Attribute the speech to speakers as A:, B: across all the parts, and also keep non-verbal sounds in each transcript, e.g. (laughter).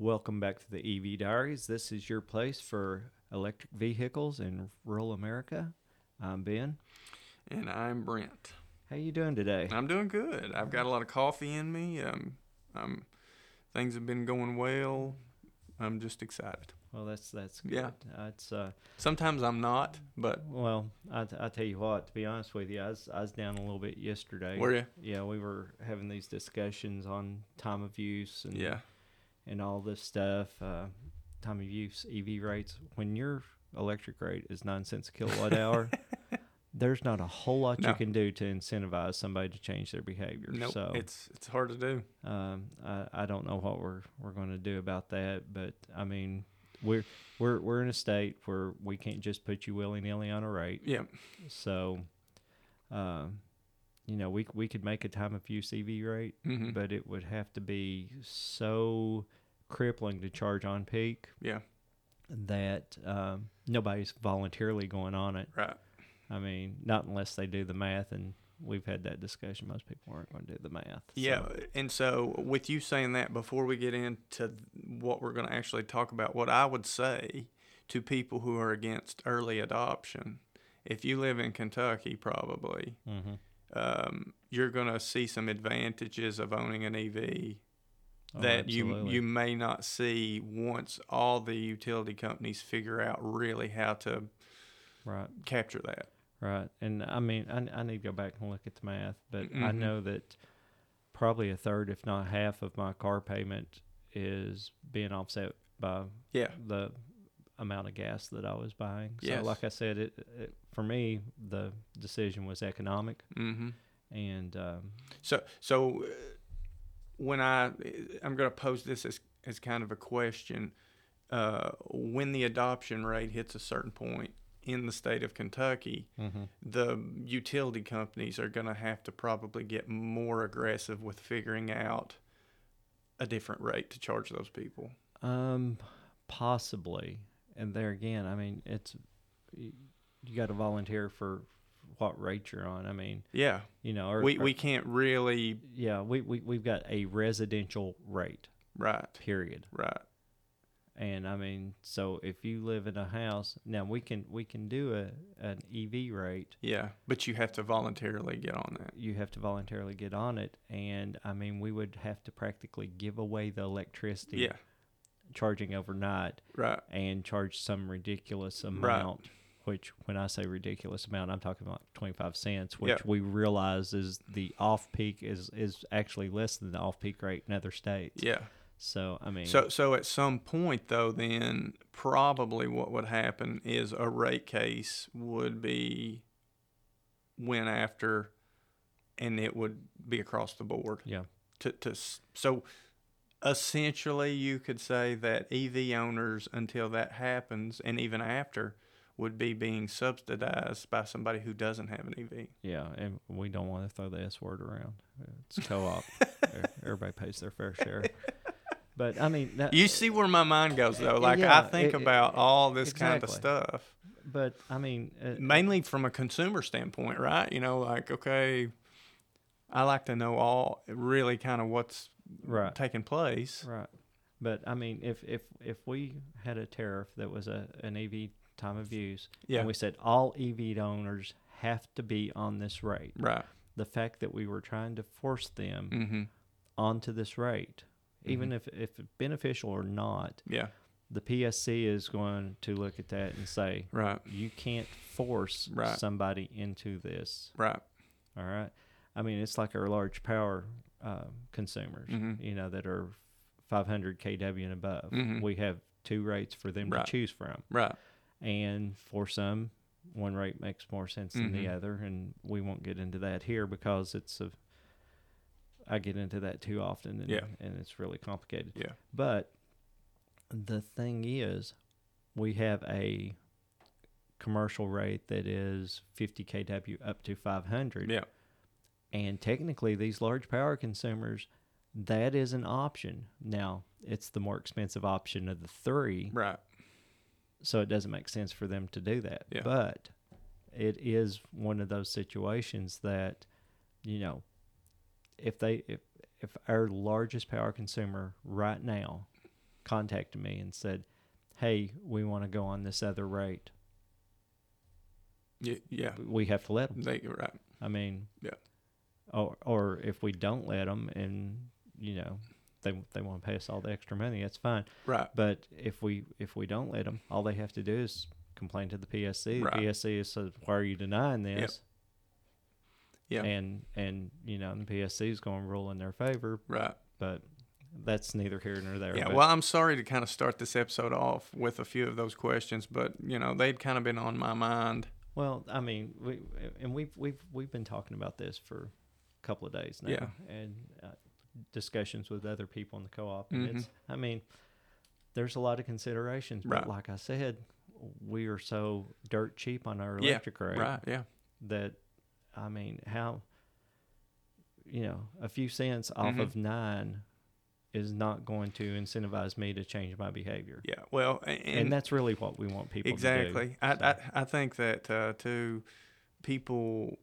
A: Welcome back to the EV Diaries. This is your place for electric vehicles in rural America. I'm Ben.
B: And I'm Brent.
A: How you doing today?
B: I'm doing good. I've got a lot of coffee in me. Um, um, things have been going well. I'm just excited.
A: Well, that's that's good.
B: Yeah.
A: That's uh,
B: Sometimes I'm not, but
A: well, I, t- I tell you what. To be honest with you, I was I was down a little bit yesterday.
B: were you?
A: yeah, we were having these discussions on time of use and
B: Yeah.
A: and all this stuff. Uh, time of use, EV rates. When your electric rate is nine cents a kilowatt
B: (laughs)
A: hour, there's not a whole lot
B: No.
A: you can do to incentivize somebody to change their behavior.
B: Nope.
A: so
B: It's it's hard to do.
A: um, I, I don't know what we're we're going to do about that, but I mean. We're, we're, we're in a state where we can't just put you willy nilly on a rate.
B: Yeah.
A: So, um, you know, we, we could make a time of use EV rate
B: hmm
A: Mm-hmm. but it would have to be so crippling to charge on peak
B: yeah.
A: that um, nobody's voluntarily going on it.
B: Right.
A: I mean, not unless they do the math, and we've had that discussion. Most people aren't going to do the math. so-
B: Yeah, and so with you saying that, before we get into what we're going to actually talk about, what I would say to people who are against early adoption, if you live in Kentucky, probably
A: Mhm.
B: um, you're going to see some advantages of owning an EV
A: Oh,
B: that
A: absolutely.
B: you you may not see once all the utility companies figure out really how to
A: right,
B: capture that.
A: right, and I mean, I, I need to go back and look at the math, but I
B: Mhm.
A: know that probably a third, if not half, of my car payment is being offset by
B: Yeah,
A: the amount of gas that I was buying. So,
B: Yes.
A: like I said, it, it for me the decision was economic,
B: mm-hmm.
A: and um,
B: So so uh, when I I'm going to pose this as as kind of a question, uh, when the adoption rate hits a certain point in the state of Kentucky,
A: Mm-hmm.
B: the utility companies are going to have to probably get more aggressive with figuring out a different rate to charge those people.
A: um, possibly. And there again, I mean, it's you, you got to volunteer for what rate you're on. I mean,
B: Yeah,
A: you know, or,
B: we
A: or-
B: we can't really
A: yeah, we, we we've got a residential rate
B: right
A: period.
B: right
A: And I mean, so if you live in a house, now we can we can do a an EV rate
B: yeah, but you have to voluntarily get on that.
A: you have to voluntarily get on it and i mean we would have to practically give away the electricity
B: Yeah,
A: charging overnight
B: right.
A: and charge some ridiculous
B: Right.
A: amount which when i say ridiculous amount i'm talking about 25 cents which
B: Yeah.
A: we realize is the off peak is is actually less than the off peak rate in other states
B: Yeah.
A: so i mean
B: So, so at some point, though, then probably what would happen is a rate case would be went after, and it would be across the board.
A: Yeah.
B: To to s- so essentially, you could say that EV owners, until that happens, and even after, would be being subsidized by somebody who doesn't have an E EV.
A: yeah and we don't want to throw the s word around it's
B: (laughs)
A: co-op everybody pays their fair share but i mean that,
B: You see where my mind goes, though. Like I
A: Yeah,
B: think
A: it- it-
B: about all this kind of
A: exactly.
B: stuff.
A: but i mean uh,
B: mainly from a consumer standpoint, right? You know, like okay, I like to know all really kind of what's
A: right
B: taking place.
A: Right. But I mean, if if if we had a tariff that was a an EV time of use,
B: Yeah,
A: and we said all EV owners have to be on this rate,
B: right.
A: the fact that we were trying to force them
B: Mm-hmm.
A: onto this rate, even if if beneficial or not,
B: Yeah,
A: the PSC is going to look at that and say
B: right,
A: you can't force
B: Right.
A: somebody into this.
B: right.
A: All right. I mean, it's like our large power um, consumers,
B: Mhm.
A: you know, that are 500 kW and above.
B: Mhm.
A: We have two rates for them
B: Right.
A: to choose from.
B: Right.
A: And for some, one rate makes more sense than the
B: Mhm.
A: other. And we won't get into that here because it's a, I get into that too often and,
B: Yeah.
A: and it's really complicated.
B: Yeah.
A: But the thing is, we have a commercial rate that is 50 kW up to 500.
B: Yeah.
A: And technically, these large power consumers, that is an option. Now, it's the more expensive option of the three,
B: Right.
A: so it doesn't make sense for them to do that.
B: Yeah.
A: But it is one of those situations that, you know, if they if if our largest power consumer right now contacted me and said, "Hey, we want to go on this other rate.
B: Yeah, yeah.
A: We have to let them."
B: They, right.
A: I mean,
B: Yeah.
A: Or or if we don't let them, and you know, they they want to pay us all the extra money, that's fine.
B: Right.
A: But if we if we don't let them, all they have to do is complain to the PSC.
B: Right.
A: The PSC is says, "Why are you denying
B: Yep.
A: this?"
B: Yeah.
A: And and you know, and the PSC is going to rule in their favor,
B: Right.
A: but that's neither here nor there.
B: Yeah,
A: but-
B: well, I'm sorry to kind of start this episode off with a few of those questions, but you know they'd kind of been on my mind.
A: Well, I mean, we and we've we've we've been talking about this for a couple of days now,
B: Yeah.
A: and uh, discussions with other people in the co-op. And
B: Mhm.
A: It's, I mean, there's a lot of considerations, but
B: Right.
A: like I said, we are so dirt cheap on our
B: Yeah,
A: electric rate
B: Right? Yeah.
A: that, I mean, how you know a few cents off
B: Mhm.
A: of nine is not going to incentivize me to change my behavior,
B: Yeah. Well, a-
A: and, that's really what we want people to do.
B: exactly. I,
A: so.
B: I I think that uh, too, people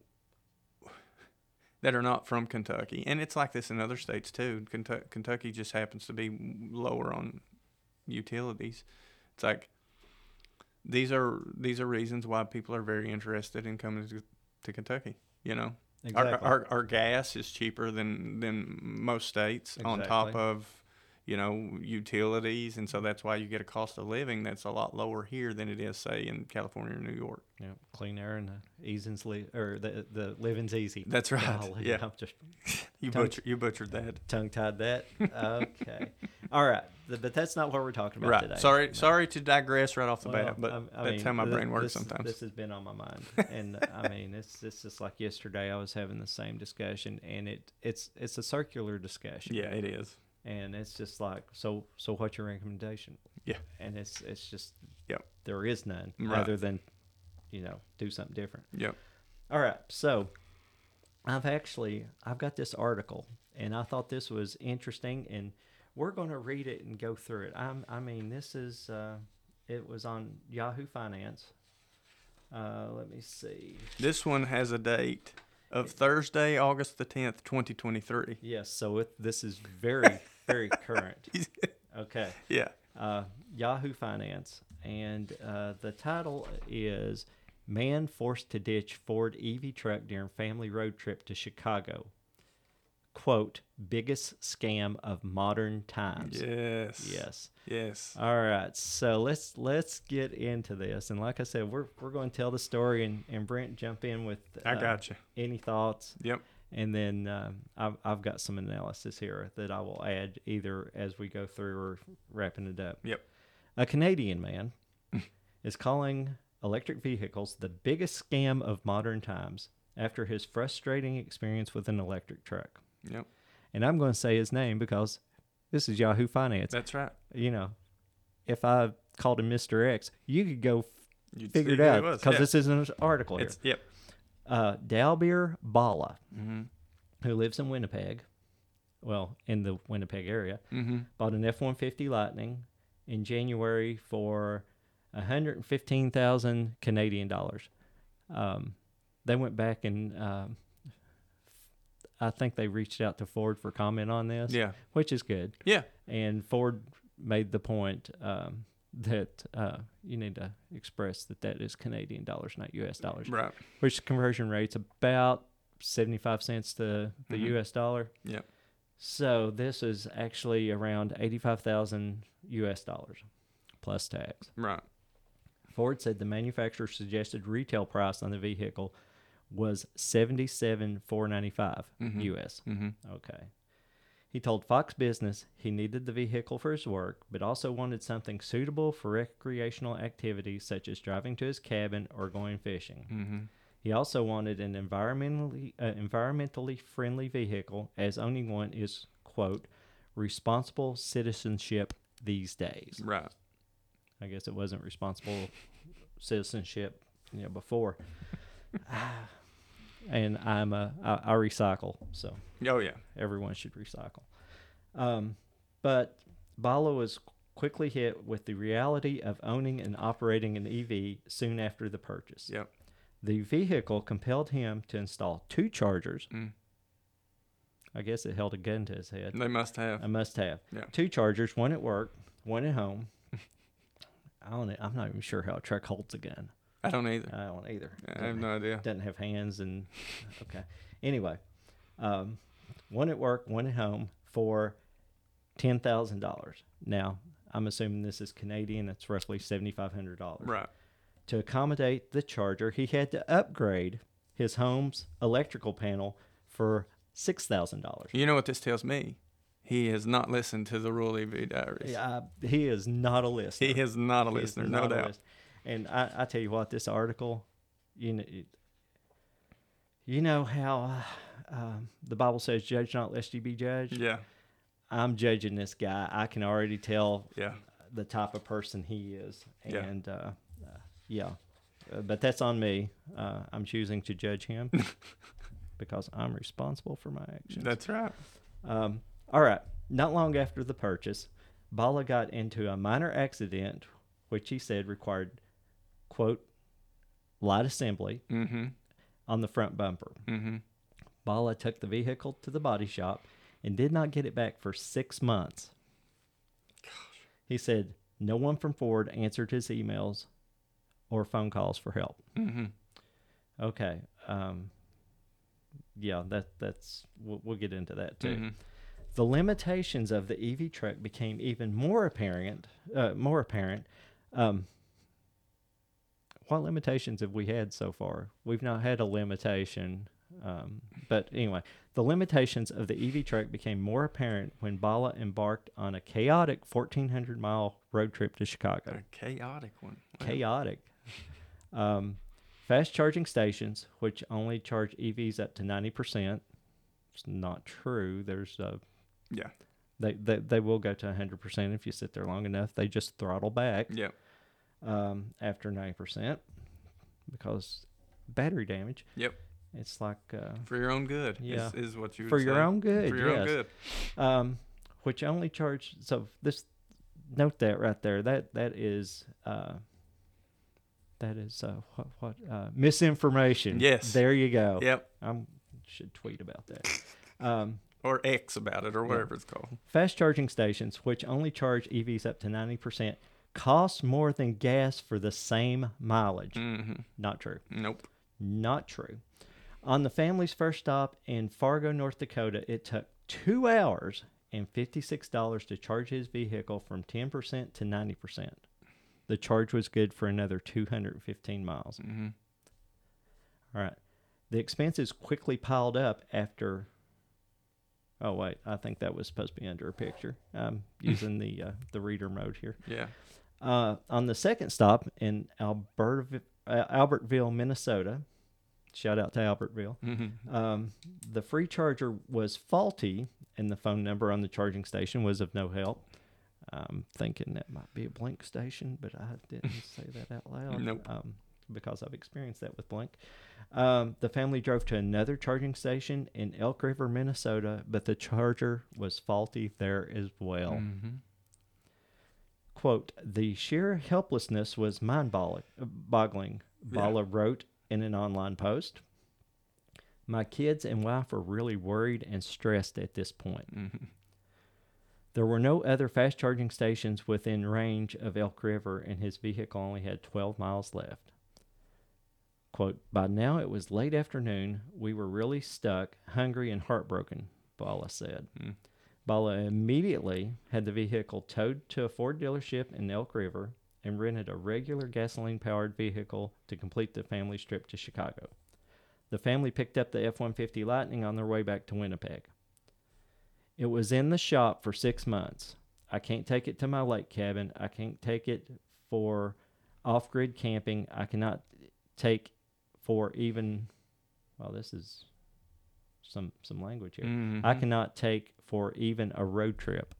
B: that are not from Kentucky, and it's like this in other states too. Kentucky, Kentucky just happens to be lower on utilities. It's like these are these are reasons why people are very interested in coming to, to Kentucky. You know,
A: Exactly.
B: Our, our, our gas is cheaper than than most states on top
A: Exactly. Mm-hmm.
B: of you know utilities and so that's why you get a cost of living that's a lot lower here than it is say in California or New York.
A: Yeah, clean air and the easing's le- or the the living's easy.
B: That's right.
A: Golly,
B: Yeah.
A: I'm just
B: You
A: Tongue-
B: butcher, you butchered that.
A: tongue tied that. Okay, (laughs) all right, Th- but that's not what we're talking about
B: Right.
A: today.
B: Sorry sorry to digress right off the
A: Well,
B: bat, but
A: I- I
B: that's
A: mean,
B: how my
A: th-
B: brain works
A: this-
B: sometimes.
A: This has been on my mind,
B: (laughs)
A: and I mean, it's it's just like yesterday. I was having the same discussion, and it it's it's a circular discussion.
B: yeah, it is.
A: and it's just like so so what's your recommendation
B: Yeah.
A: and it's it's just
B: Yep.
A: there is none
B: Right.
A: other than you know do something different
B: Yep.
A: all right so i've actually i've got this article and i thought this was interesting and we're going to read it and go through it I'm, i mean this is uh, it was on yahoo finance uh, let me see
B: This one has a date of Thursday, August the 10th, (laughs) 2023.
A: yes so it, this is very very current okay
B: yeah.
A: uh, Yahoo Finance, and uh, the title is "Man Forced to Ditch Ford EV Truck During Family Road Trip to Chicago." Quote: Biggest scam of modern times.
B: Yes.
A: Yes.
B: Yes.
A: All right. So let's let's get into this. And like I said, we're we're going to tell the story, and and Brent jump in with
B: I
A: uh,
B: got you.
A: any thoughts
B: Yep.
A: and then um, I've, I've got some analysis here that I will add either as we go through or wrapping it up.
B: Yep.
A: A Canadian man (laughs) is calling electric vehicles the biggest scam of modern times after his frustrating experience with an electric truck.
B: Yep.
A: And I'm going to say his name because this is Yahoo Finance.
B: That's right.
A: You know, if I called him Mr. X, you could go
B: You'd
A: figure it
B: see who
A: out
B: was.
A: because
B: Yeah.
A: this isn't an article here.
B: It's yep.
A: Uh, Dalbir Bala
B: Mm-hmm.
A: who lives in Winnipeg, well, in the Winnipeg area,
B: Mm-hmm.
A: bought an F 150 Lightning in January for 115,000 Canadian dollars. Um, they went back and um, I think they reached out to Ford for comment on this,
B: Yeah.
A: which is good.
B: Yeah.
A: And Ford made the point um, that uh, you need to express that that is Canadian dollars, not U.S. dollars
B: Right.
A: which the conversion rate's about 75 cents to the
B: Mhm.
A: US dollar.
B: Yep.
A: So this is actually around 85,000 US dollars plus tax.
B: Right.
A: Ford said the manufacturer suggested retail price on the vehicle was 77,495
B: Mhm.
A: US.
B: Mm-hmm.
A: Okay. He told Fox Business he needed the vehicle for his work, but also wanted something suitable for recreational activities such as driving to his cabin or going fishing.
B: Mm-hmm.
A: He also wanted an environmentally uh, environmentally friendly vehicle, as owning one is quote responsible citizenship these days.
B: Right.
A: I guess it wasn't responsible citizenship, you know, before. Ah, and I'm a I, I recycle, so
B: Oh yeah.
A: everyone should recycle. Um, but Bala was quickly hit with the reality of owning and operating an EV soon after the purchase.
B: Yep.
A: The vehicle compelled him to install two chargers.
B: Mm.
A: I guess it held a gun to his head.
B: They must have.
A: I must have
B: Yeah.
A: two chargers, one at work, one at home. I don't. e, I'm not even sure how a truck holds a gun.
B: I don't either.
A: I don't either.
B: I have
A: Doesn't-
B: no idea.
A: doesn't have hands and okay. Anyway, um, one at work, one at home for ten thousand dollars. Now I'm assuming this is Canadian. That's roughly seventy five hundred dollars.
B: Right.
A: To accommodate the charger, he had to upgrade his home's electrical panel for six thousand dollars.
B: You know what this tells me? He has not listened to the Rule EV Diaries.
A: Uh, he is not a listener.
B: He is not a
A: He is
B: listener, no
A: not a
B: doubt.
A: listener. And I, I tell you what, this article, you know, you know how uh, um, the Bible says, "Judge not, lest you be judged."
B: Yeah,
A: I'm judging this guy. I can already tell
B: yeah.
A: the type of person he is,
B: Yeah.
A: and yeah, uh, uh, yeah. Uh, but that's on me. Uh, I'm choosing to judge
B: (laughs)
A: him because I'm responsible for my actions.
B: That's right.
A: Um, all right. Not long after the purchase, Bala got into a minor accident, which he said required, quote, light assembly
B: Mm-hmm.
A: on the front bumper.
B: Mm-hmm.
A: Bala took the vehicle to the body shop and did not get it back for six months. He said no one from Ford answered his emails or phone calls for help.
B: Mm-hmm.
A: Okay. Um, yeah, that that's we'll, we'll get into that too.
B: Mhm.
A: The limitations of the EV truck became even more apparent. Uh, more apparent. Um, what limitations have we had so far? We've not had a limitation. Um, but anyway, the limitations of the EV truck became more apparent when Bala embarked on a chaotic 1,400 mile road trip to Chicago
B: A chaotic one. Wow.
A: chaotic. Um, fast charging stations, which only charge EVs up to ninety percent, it's not true. There's uh
B: Yeah.
A: they, they they will go to hundred percent if you sit there long enough. They just throttle back
B: Yep.
A: um, after ninety percent because battery damage.
B: Yep.
A: It's like uh,
B: For your own good.
A: Yeah.
B: Is, is what you would
A: for your
B: say.
A: own good.
B: For your
A: yes.
B: own good.
A: um, which only charge. So this note that right there. That that is uh, that is uh, what what uh, misinformation.
B: Yes.
A: there you go.
B: Yep.
A: I should tweet about that.
B: (laughs)
A: Um,
B: Or X about it or whatever it's called.
A: fast charging stations, which only charge EVs up to ninety percent, cost more than gas for the same mileage.
B: Mm-hmm.
A: Not true.
B: Nope.
A: Not true. On the family's first stop in Fargo, North Dakota, it took two hours and $56 to charge his vehicle from 10% to 90%. The charge was good for another 215 miles.
B: Mm-hmm.
A: All right. The expenses quickly piled up after. Oh, wait. I think that was supposed to be under a picture. I'm using the, uh, the reader mode here.
B: Yeah.
A: Uh, on the second stop in Alberta, uh, Albertville, Minnesota, shout out to Albertville,
B: Mm-hmm.
A: um, the free charger was faulty and the phone number on the charging station was of no help. I'm thinking that might be a Blink station, but I didn't say that out loud
B: Nope.
A: um, because I've experienced that with Blink. Um, the family drove to another charging station in Elk River, Minnesota, but the charger was faulty there as well
B: Mm-hmm.
A: quote, the sheer helplessness was mind bogg- boggling,
B: Yeah.
A: Bala wrote in an online post. My kids and wife are really worried and stressed at this point.
B: Mm-hmm.
A: There were no other fast charging stations within range of Elk River, and his vehicle only had 12 miles left. Quote, by now it was late afternoon. We were really stuck, hungry, and heartbroken, Bala said.
B: Mm.
A: Bala immediately had the vehicle towed to a Ford dealership in Elk River and rented a regular gasoline powered vehicle to complete the family's trip to Chicago. The family picked up the F 150 Lightning on their way back to Winnipeg. It was in the shop for six months. I can't take it to my lake cabin. I can't take it for off grid camping. I cannot take for even, well, this is some, some language here.
B: Mm-hmm.
A: I cannot take for even a road trip.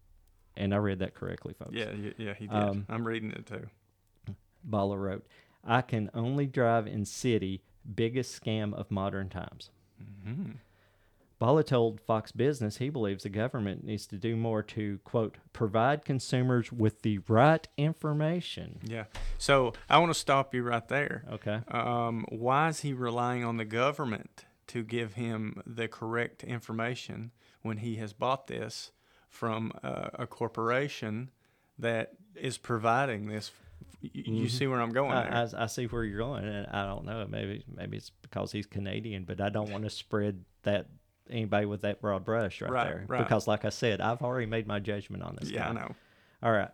A: And I read that correctly, folks.
B: Yeah, yeah, yeah, he did.
A: Um,
B: I'm reading it too.
A: Bala wrote, I can only drive in city, biggest scam of modern times.
B: Mm-hmm.
A: Bala told Fox Business he believes the government needs to do more to, quote, provide consumers with the right information.
B: Yeah. So I want to stop you right there.
A: Okay.
B: Um, why is he relying on the government to give him the correct information when he has bought this from a, a corporation that is providing this. You, you
A: Mhm.
B: see where I'm going there.
A: I, I, I see where you're going, and I don't know. Maybe maybe it's because he's Canadian, but I don't want to spread that anybody with that broad brush right,
B: Right,
A: there.
B: right.
A: Because, like I said, I've already made my judgment on this.
B: yeah,
A: guy.
B: I know.
A: All right.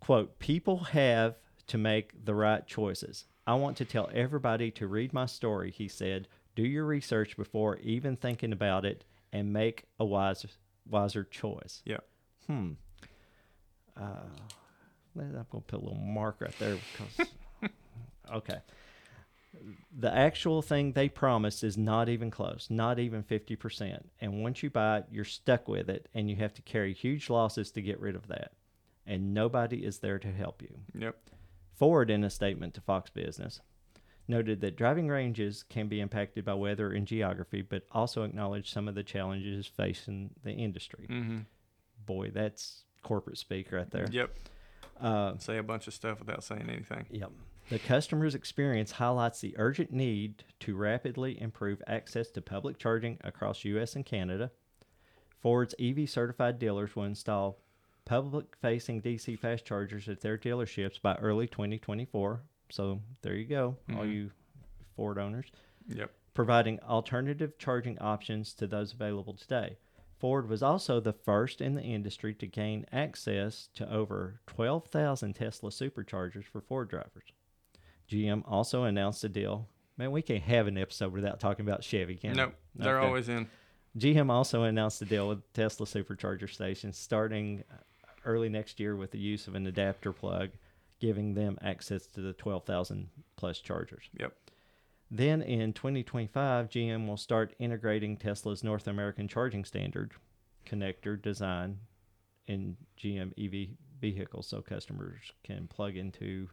A: Quote People have to make the right choices. I want to tell everybody to read my story, he said. Do your research before even thinking about it and make a wise, wiser choice.
B: Yeah.
A: Hmm. Uh, I'm going to put a little mark right there because. okay. The actual thing they promised is not even close, not even 50%. And once you buy it, you're stuck with it and you have to carry huge losses to get rid of that. And nobody is there to help you.
B: Yep.
A: Ford, in a statement to Fox Business, noted that driving ranges can be impacted by weather and geography, but also acknowledged some of the challenges facing the industry.
B: Mm-hmm.
A: Boy, that's corporate speak right there.
B: Yep.
A: Uh,
B: Say a bunch of stuff without saying anything.
A: Yep. The customer's experience highlights the urgent need to rapidly improve access to public charging across US and Canada. Ford's EV certified dealers will install public facing DC fast chargers at their dealerships by early 2024. So there you go, all
B: Mhm.
A: you Ford owners
B: Yep.
A: providing alternative charging options to those available today. Ford was also the first in the industry to gain access to over 12,000 Tesla superchargers for Ford drivers. GM also announced a deal. Man, we can't have an episode without talking about Chevy, can
B: No,
A: we?
B: they're
A: Okay.
B: always in.
A: GM also announced a deal with Tesla supercharger stations starting uh, early next year with the use of an adapter plug, giving them access to the 12,000 plus chargers.
B: Yep.
A: Then in 2025, GM will start integrating Tesla's North American charging standard connector design in GM EV vehicles so customers can plug into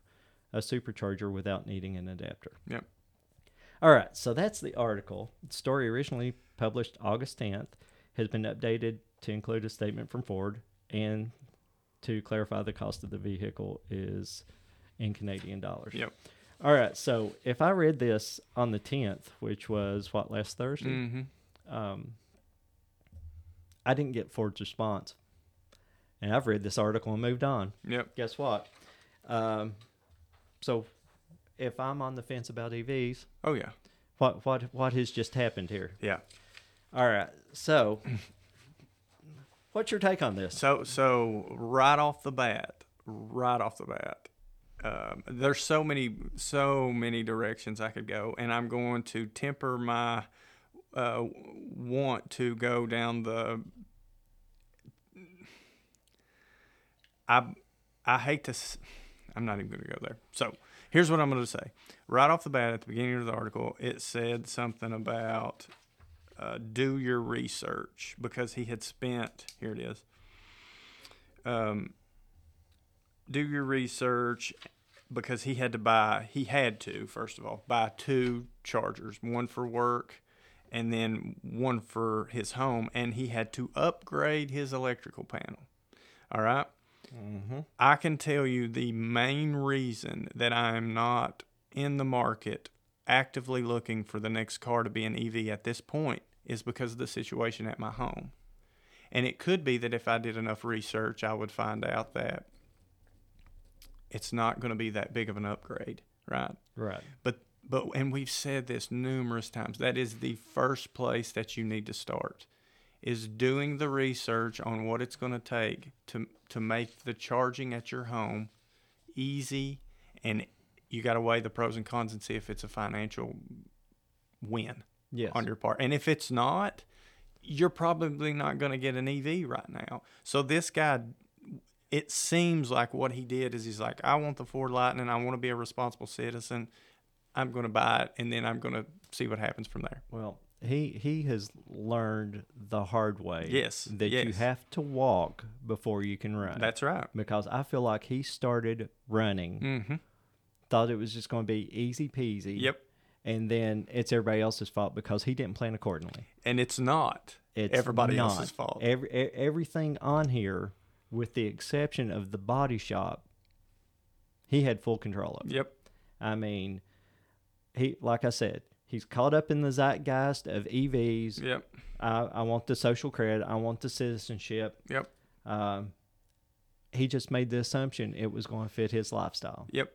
A: a supercharger without needing an adapter.
B: Yep.
A: All right, so that's the article. The story originally published August 10th has been updated to include a statement from Ford and to clarify the cost of the vehicle is in Canadian dollars.
B: Yep.
A: All right. So if I read this on the tenth, which was what last Thursday,
B: Mm-hmm.
A: um, I didn't get Ford's response, and I've read this article and moved on.
B: Yep.
A: Guess what? Um, so if I'm on the fence about EVs,
B: Oh yeah.
A: what what what has just happened here?
B: Yeah.
A: All right. So what's your take on this?
B: So so right off the bat, right off the bat, um, there's so many so many directions I could go, and I'm going to temper my uh, want to go down the. I I hate to. s- I'm not even going to go there. So here's what I'm going to say. Right off the bat, at the beginning of the article, it said something about uh, do your research because he had spent. Here it is um, do your research because he had to buy he had to first of all buy two chargers one for work and then one for his home and he had to upgrade his electrical panel all right
A: Mm-hmm.
B: i can tell you the main reason that i am not in the market actively looking for the next car to be an ev at this point is because of the situation at my home and it could be that if I did enough research, I would find out that it's not going to be that big of an upgrade, right?
A: Right.
B: But but and we've said this numerous times. That is the first place that you need to start is doing the research on what it's going to take to to make the charging at your home easy and you got to weigh the pros and cons and see if it's a financial win
A: Yes.
B: on your part. And if it's not, you're probably not going to get an EV right now. So this guy, it seems like what he did is he's like, I want the Ford Lightning. I want to be a responsible citizen. I'm going to buy it, and then I'm going to see what happens from there.
A: Well, he he has learned the hard way.
B: Yes,
A: that you
B: yes.
A: have to walk before you can run.
B: That's right.
A: because I feel like he started running,
B: Mm-hmm.
A: thought it was just going to be easy peasy.
B: Yep.
A: And then it's everybody else's fault because he didn't plan accordingly.
B: And it's not
A: It's
B: everybody
A: not.
B: else's fault.
A: Every e- everything on here, with the exception of the body shop, he had full control of.
B: Yep.
A: I mean, he like I said, he's caught up in the zeitgeist of E EVs.
B: Yep.
A: I, I want the social credit. I want the citizenship.
B: Yep.
A: Um, he just made the assumption it was going to fit his lifestyle.
B: Yep.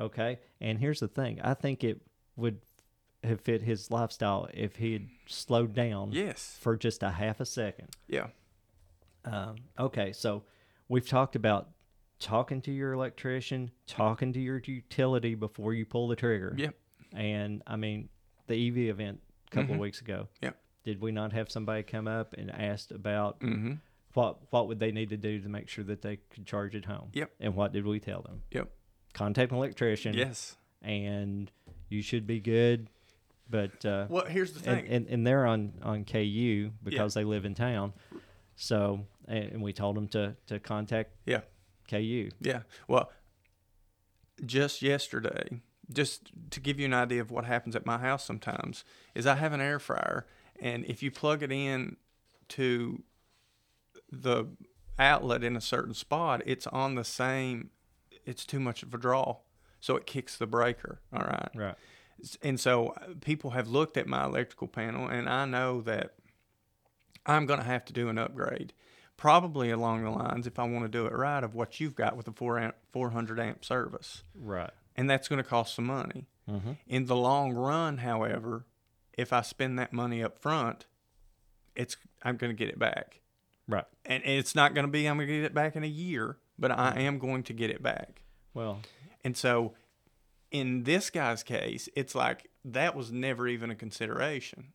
A: Okay. And here's the thing I think it would have fit his lifestyle if he had slowed down
B: Yes.
A: for just a half a second.
B: Yeah.
A: Um, okay. So we've talked about talking to your electrician, talking to your utility before you pull the trigger.
B: Yep.
A: And I mean, the EV event a couple of weeks ago.
B: Yep.
A: Did we not have somebody come up and asked about
B: Mm-hmm.
A: what what would they need to do to make sure that they could charge at home?
B: Yep.
A: And what did we tell them?
B: Yep.
A: Contact an electrician.
B: Yes.
A: And you should be good. But uh,
B: Well, here's the
A: and,
B: thing.
A: and and they're on on KU because they live in town. So and, and we told them to to contact
B: yeah.
A: KU.
B: Yeah. Well, just yesterday, just to give you an idea of what happens at my house sometimes, is I have an air fryer, and if you plug it in to the outlet in a certain spot, it's on the same, it's too much of a draw. So it kicks the breaker. All right.
A: Right.
B: S- and so uh, people have looked at my electrical panel and i know that i'm going to have to do an upgrade probably along the lines if i want to do it right of what you've got with a 4 amp, 400 amp service
A: Right.
B: and that's going to cost some money in the long run however if i spend that money up front it's i'm going to get it back
A: Right.
B: and, and it's not going to be i'm going to get it back in a year but i am going to get it back
A: Well.
B: and so in this guy's case, it's like that was never even a consideration.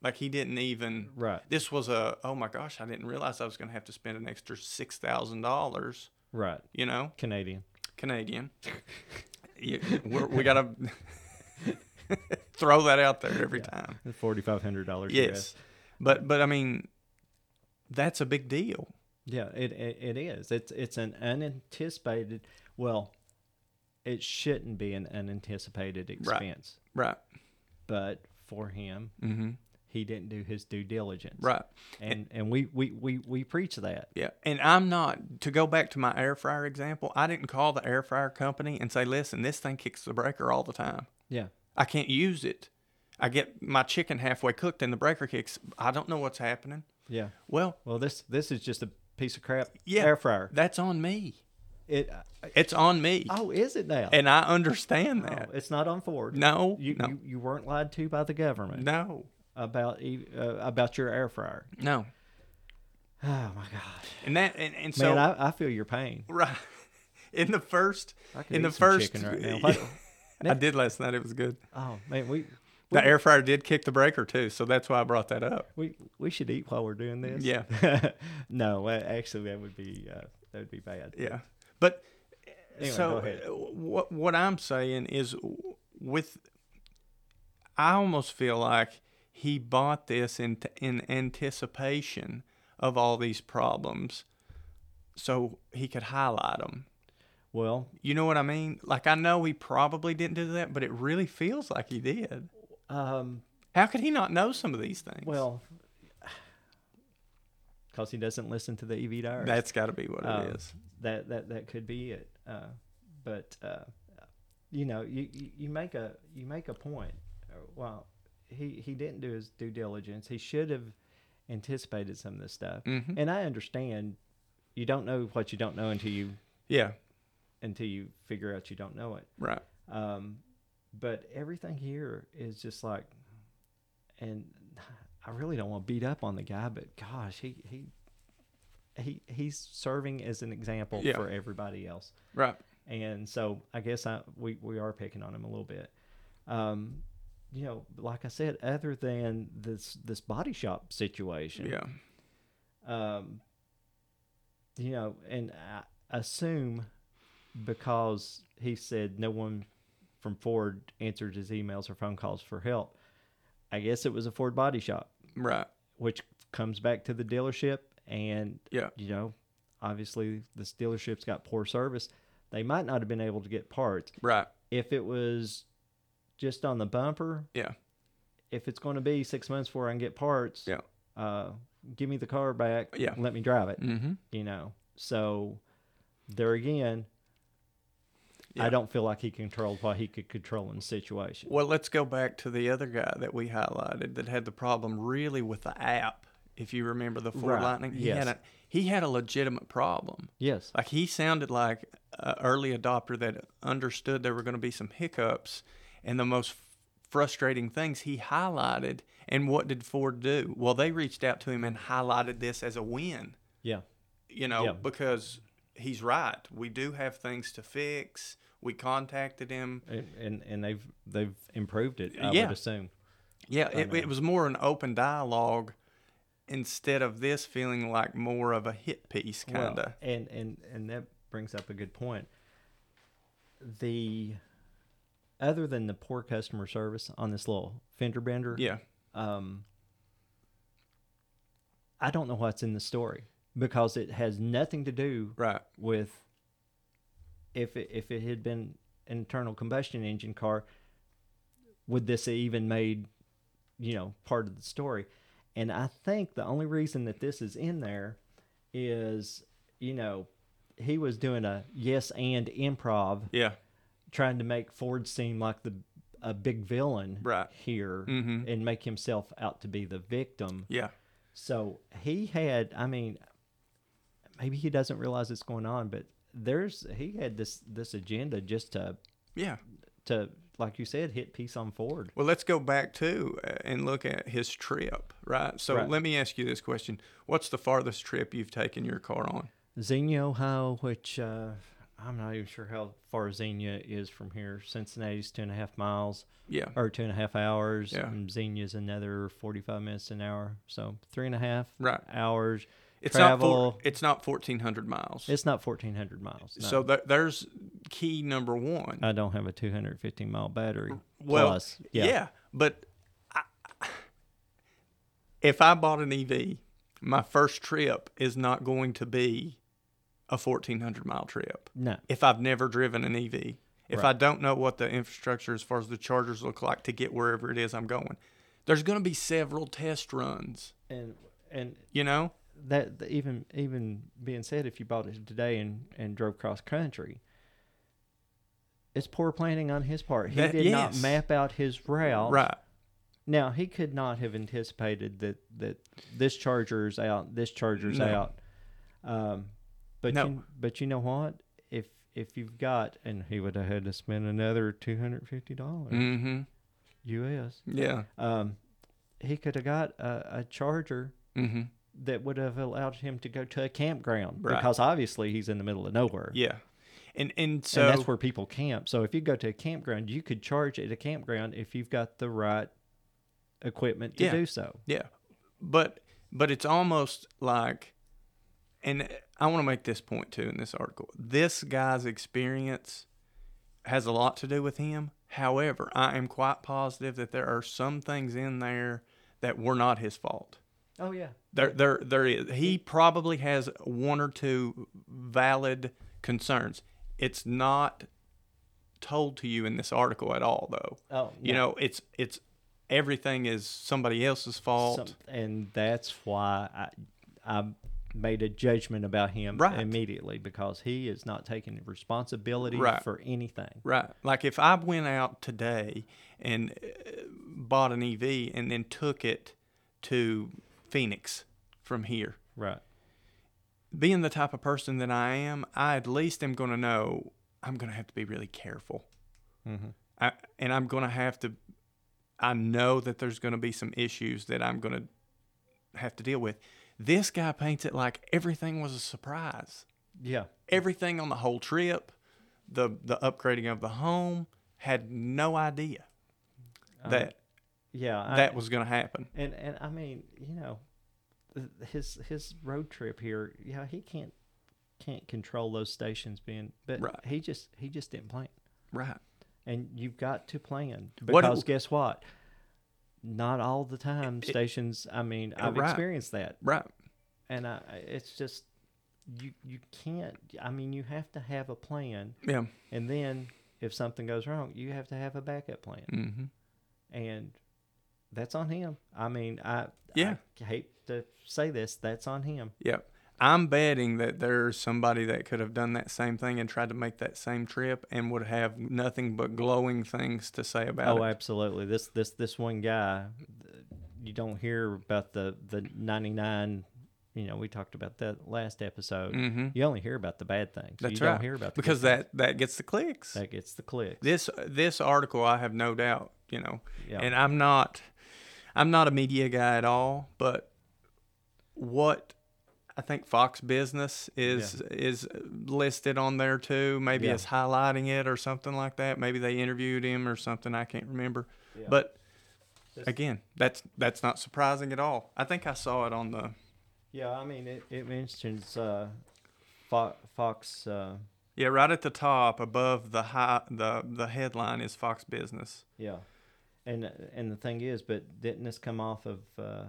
B: Like he didn't even
A: Right.
B: this was a oh my gosh, I didn't realize I was gonna have to spend an extra six thousand dollars,
A: Right.
B: you know,
A: Canadian.
B: Canadian. You- we're, we gotta (laughs) throw that out there every time.
A: Forty five hundred dollars.
B: Yes. But but I mean that's a big deal.
A: Yeah, it, it it is. It's it's an unanticipated. Well, it shouldn't be an unanticipated expense,
B: Right.
A: but for him,
B: Mm-hmm.
A: he didn't do his due diligence.
B: Right.
A: and and we we we we preach that.
B: Yeah, and I'm not to go back to my air fryer example. I didn't call the air fryer company and say, "Listen, this thing kicks the breaker all the time.
A: Yeah,
B: I can't use it. I get my chicken halfway cooked and the breaker kicks. I don't know what's happening."
A: yeah.
B: Well,
A: Well, this this is just a piece of crap
B: yeah,
A: air fryer.
B: That's on me.
A: It
B: It's on me,
A: oh, is it now?
B: and I understand
A: Oh,
B: that.
A: it's not on Ford.
B: No,
A: you,
B: no,
A: you you weren't lied to by the government
B: no,
A: about e- uh, about your air fryer.
B: no.
A: Oh my God,
B: And that, and, and so
A: man, I, I feel your pain.
B: (laughs) right in the first,
A: I could
B: in
A: eat
B: the
A: some
B: first,
A: chicken right now.
B: (laughs)
A: What-
B: I did last night. It was good.
A: Oh man, we
B: The air fryer did kick the breaker too, so that's why I brought that up.
A: we we should eat while we're doing this.
B: Yeah.
A: (laughs) no, uh, actually, that would be uh, that would be bad.
B: Yeah, but
A: Anyway, go
B: so
A: ahead.
B: uh, what what I'm saying is w- with I almost feel like he bought this in t- in anticipation of all these problems, so he could highlight them.
A: Well,
B: You know what I mean? Like I know he probably didn't do that, but it really feels like he did.
A: um,
B: How could he not know some of these things?
A: well, because he doesn't listen to the EV diaries.
B: that's got to be what
A: Um,
B: it is.
A: that that that could be it. Uh, but uh, you know, you, you you make a you make a point. Uh, Well, he he didn't do his due diligence. He should have anticipated some of this stuff.
B: Mhm.
A: And I understand you don't know what you don't know until you
B: Yeah,
A: until you figure out you don't know it.
B: right.
A: Um, but everything here is just like, and I really don't want to beat up on the guy, but gosh, he he he he's serving as an example
B: Yeah.
A: for everybody else,
B: Right.
A: and so I guess I we we are picking on him a little bit. Um, you know, like I said, other than this this body shop situation,
B: Yeah.
A: um, you know, and I assume because he said no one from Ford answered his emails or phone calls for help, I guess it was a Ford body shop,
B: Right.
A: which comes back to the dealership. And,
B: Yeah.
A: you know, obviously this dealership's got poor service. They might not have been able to get parts.
B: Right.
A: If it was just on the bumper,
B: Yeah.
A: if it's going to be six months before I can get parts,
B: Yeah.
A: uh, give me the car back,
B: Yeah.
A: let me drive it
B: Mm-hmm.
A: you know. So there again,
B: Yeah.
A: I don't feel like he controlled what he could control in the situation.
B: Well, let's go back to the other guy that we highlighted that had the problem really with the app if you remember the Ford
A: Right,
B: Lightning. He
A: yes.
B: had a he had a legitimate problem.
A: Yes.
B: Like he sounded like an early adopter that understood there were going to be some hiccups, and the most frustrating things he highlighted. And what did Ford do? Well, they reached out to him and highlighted this as a win.
A: Yeah.
B: You know,
A: Yeah.
B: because he's right. We do have things to fix. We contacted him.
A: And, and and they've they've improved it. I
B: Yeah.
A: would assume.
B: Yeah, it, it was more an open dialogue instead of this feeling like more of a hit piece
A: Well,
B: kind of.
A: and and and that brings up a good point. The other than the poor customer service on this little fender bender,
B: yeah.
A: um, I don't know what's in the story because it has nothing to do
B: Right.
A: with if it, if it had been an internal combustion engine car, would this even made you know part of the story? And I think the only reason that this is in there is you know he was doing a yes and improv,
B: Yeah.
A: trying to make Ford seem like the a big villain
B: Right.
A: here
B: Mhm.
A: and make himself out to be the victim.
B: Yeah.
A: So he had, I mean, maybe he doesn't realize it's going on, but there's he had this this agenda just to
B: Yeah.
A: to like you said hit piece on Ford.
B: Well, let's go back to uh, and look at his trip, right? So
A: Right.
B: let me ask you this question: What's the farthest trip you've taken your car on?
A: Xenia, Ohio, which uh, I'm not even sure how far Xenia is from here. Cincinnati's two and a half miles
B: Yeah,
A: or two and a half hours.
B: Yeah.
A: And Xenia's another 45 minutes an hour, so three and a half
B: Right.
A: hours.
B: it's not
A: travel.
B: four, it's not fourteen hundred miles.
A: it's not 1,400 miles. no.
B: So there, there's key number one.
A: I don't have a 215 mile battery.
B: well,
A: plus,
B: yeah. but I, if I bought an EV, my first trip is not going to be a fourteen hundred mile trip.
A: no,
B: if I've never driven an EV, if I
A: Right.
B: don't know what the infrastructure as far as the chargers look like to get wherever it is I'm going, there's going to be several test runs,
A: and and
B: you know?
A: that that even even being said, if you bought it today and and drove cross country, it's poor planning on his part. He
B: That-
A: did not
B: yes.
A: map out his route.
B: Right.
A: now, he could not have anticipated that that this charger's out, this charger's
B: No.
A: out. Um, but
B: No.
A: you, but you know what? If if you've got and he would have had to spend another two hundred fifty dollars
B: Mhm.
A: U.S.
B: Yeah.
A: Um, he could have got a, a charger
B: Mhm.
A: that would have allowed him to go to a campground
B: Right.
A: because obviously he's in the middle of nowhere.
B: Yeah. And and so
A: and that's where people camp. So if you go to a campground, you could charge at a campground if you've got the right equipment to
B: Yeah.
A: do so.
B: Yeah, but but it's almost like, and I want to make this point too in this article. This guy's experience has a lot to do with him. However, I am quite positive that there are some things in there that were not his fault.
A: Oh yeah.
B: There, there, there is. He probably has one or two valid concerns. It's not told to you in this article at all, though.
A: Oh,
B: You
A: no.
B: know, it's it's everything is somebody else's fault.
A: Some- and that's why I, I made a judgment about him
B: Right.
A: immediately because he is not taking responsibility
B: Right.
A: for anything.
B: Right. Like if I went out today and uh, bought an EV and then took it to Phoenix from here,
A: Right.
B: being the type of person that I am, I at least am going to know I'm going to have to be really careful. I, and I'm going to have to, I know that there's going to be some issues that I'm going to have to deal with. This guy paints it like everything was a surprise
A: Yeah.
B: everything on the whole trip, the the upgrading of the home, had no idea that
A: Um, Yeah. I-
B: that was going to happen.
A: And and I mean, you know, th- his his road trip here, yeah, he can't can't control those stations being, but
B: Right.
A: he just he just didn't plan.
B: Right.
A: And you've got to plan
B: What it
A: because
B: w-
A: guess what? Not all the time stations. I mean, I've
B: right.
A: experienced that,
B: Right.
A: and I I- it's just you you can't. I mean, you have to have a plan,
B: Yeah.
A: and then if something goes wrong, you have to have a backup plan
B: Mm-hmm.
A: and that's on him. I mean, I
B: Yeah.
A: I hate to say this, that's on him.
B: Yep. I'm betting that there's somebody that could have done that same thing and tried to make that same trip and would have nothing but glowing things to say about
A: oh,
B: it.
A: absolutely. This this this one guy, th- you don't hear about the the 99 you know we talked about that last episode
B: Mm-hmm.
A: you only hear about the bad things
B: That's
A: you
B: right.
A: don't hear about the good
B: because
A: things.
B: that that gets the clicks.
A: that gets the clicks
B: This this article, I have no doubt. You know,
A: yeah
B: and I'm not I'm not a media guy at all, but what I think Fox Business is is listed on there too. Maybe
A: Yeah.
B: it's highlighting it or something like that. Maybe they interviewed him or something. I can't remember.
A: Yeah.
B: But
A: Just-
B: again, that's that's not surprising at all. I think I saw it on the
A: yeah i mean it, it mentions uh Fo- fox uh
B: yeah right at the top above the high the the headline is Fox Business.
A: yeah and and the thing is but didn't this come off of uh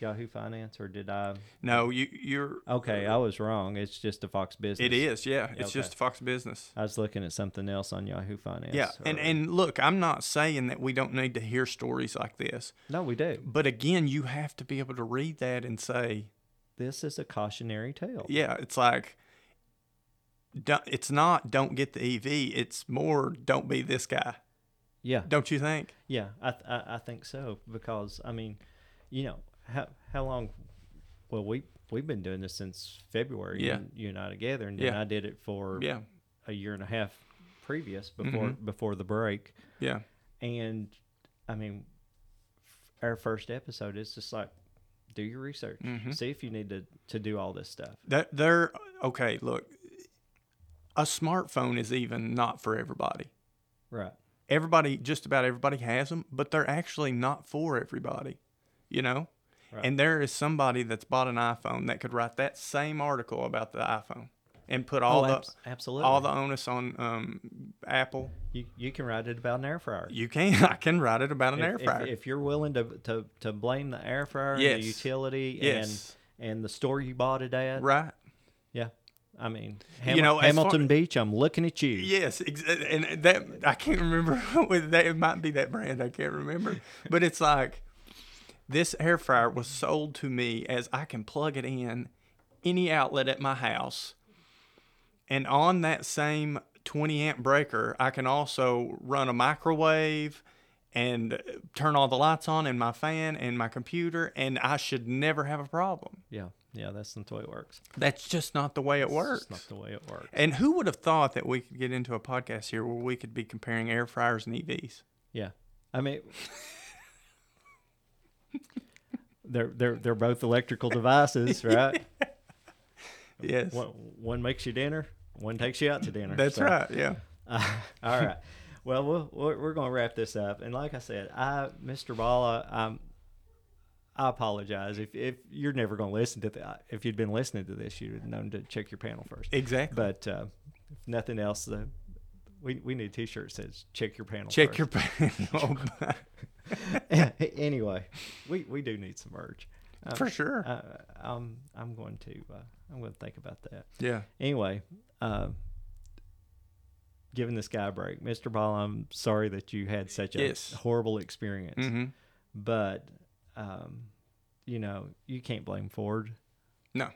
A: yahoo finance or did i
B: No, you you're
A: okay i was wrong it's just a fox business
B: It is, yeah.
A: Yeah,
B: It's
A: okay.
B: just Fox Business.
A: i was looking at something else on yahoo finance
B: Yeah, and,
A: or-
B: and look, I'm not saying that we don't need to hear stories like this,
A: no we do
B: but again, you have to be able to read that and say,
A: this is a cautionary tale
B: yeah, it's like, don't, it's not don't get the EV, it's more don't be this guy,
A: yeah
B: don't you think?
A: Yeah, I, th- I I think so because I mean, you know how how long? Well, we we've been doing this since February.
B: Yeah.
A: You, you and I together, and then
B: Yeah.
A: I did it for
B: Yeah,
A: a year and a half previous
B: Mm-hmm.
A: before before the break,
B: yeah,
A: and I mean, f- our first episode is just like do your research,
B: Mm-hmm.
A: see if you need to to do all this stuff.
B: that they're okay. Look, a smartphone is even not for everybody.
A: Right.
B: everybody just about everybody has them but they're actually not for everybody you know
A: Right.
B: and there is somebody that's bought an iphone that could write that same article about the iphone and put all
A: oh,
B: the
A: abs- absolutely.
B: all the onus on um, apple
A: you you can write it about an air fryer.
B: you can (laughs) i can write it about an
A: if,
B: air
A: if-
B: fryer
A: If, you're willing to, to, to blame the air fryer and
B: Yes.
A: the utility
B: Yes.
A: and and the store you bought it at,
B: right
A: yeah. I mean,
B: You
A: Hamil-
B: know, as far-
A: Hamilton Beach, I'm looking at you.
B: Yes, ex- and that I can't remember. (laughs) what that it might be that brand. I can't remember, but it's like this air fryer was sold to me as I can plug it in any outlet at my house, and on that same 20 amp breaker, I can also run a microwave and turn all the lights on and my fan and my computer, and I should never have a problem.
A: Yeah, yeah, that's not the way it works.
B: That's just not the way it works.
A: It's not the way it works.
B: And who would have thought that we could get into a podcast here where we could be comparing air fryers and E EVs?
A: Yeah, I mean, they're they're they're both electrical
B: (laughs)
A: devices, right?
B: Yes.
A: one, one makes you dinner, one takes you out to dinner.
B: That's
A: so-
B: right. Yeah.
A: Uh, all right. Well, we'll we're, we're going to wrap this up. And like I said, I, Mr. Bala, um, I apologize if, if you're never going to listen to that. If you'd been listening to this, you'd have known to check your panel first.
B: Exactly.
A: But uh, if nothing else, uh, we, we need a t-shirt that says check your panel
B: Check
A: first.
B: your
A: (laughs)
B: panel.
A: anyway, we, we do need some merch. Um,
B: (laughs) For sure.
A: Uh, I'm, I'm going to uh, I'm going to think about that.
B: yeah.
A: Anyway, uh, giving this guy a break, Mr. Ball, I'm sorry that you had such a
B: Yes.
A: horrible experience,
B: hmm
A: but um, you know you can't blame Ford.
B: No.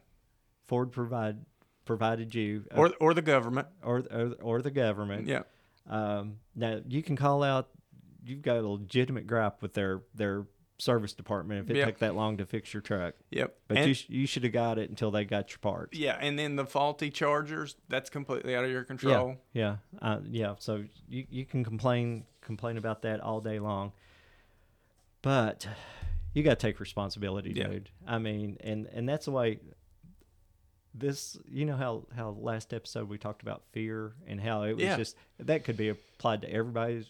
A: Ford provide provided you a-
B: Or or the government.
A: or or, or the government.
B: Yeah.
A: Um, now you can call out. You've got a legitimate gripe with their their service department if it
B: Yeah.
A: took that long to fix your truck.
B: Yep.
A: But
B: and,
A: you sh- you should have got it until they got your parts.
B: yeah, and then the faulty chargers, that's completely out of your control.
A: Yeah, yeah, uh, yeah. So you you can complain complain about that all day long, but you got to take responsibility,
B: Yeah.
A: dude. I mean, and and that's the way. This, you know how how last episode we talked about fear and how it was
B: Yeah.
A: just that could be applied to everybody's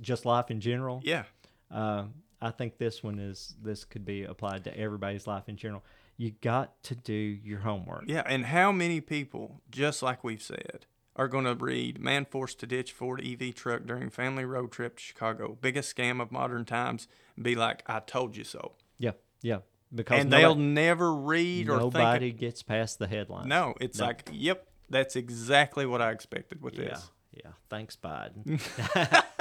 A: just life in general.
B: Yeah.
A: Uh, I think this one is this could be applied to everybody's life in general. You got to do your homework.
B: Yeah. And how many people, just like we've said, are going to read Man Forced to Ditch Ford EV Truck During Family Road Trip to Chicago, Biggest Scam of Modern Times, and be like, I told you so.
A: Yeah, yeah. Because
B: And
A: nobody-
B: they'll never read or think it-
A: Nobody gets past the headlines.
B: No, it's
A: No.
B: like, yep, that's exactly what I expected with
A: Yeah.
B: this.
A: Yeah. Thanks,
B: (laughs)
A: Biden.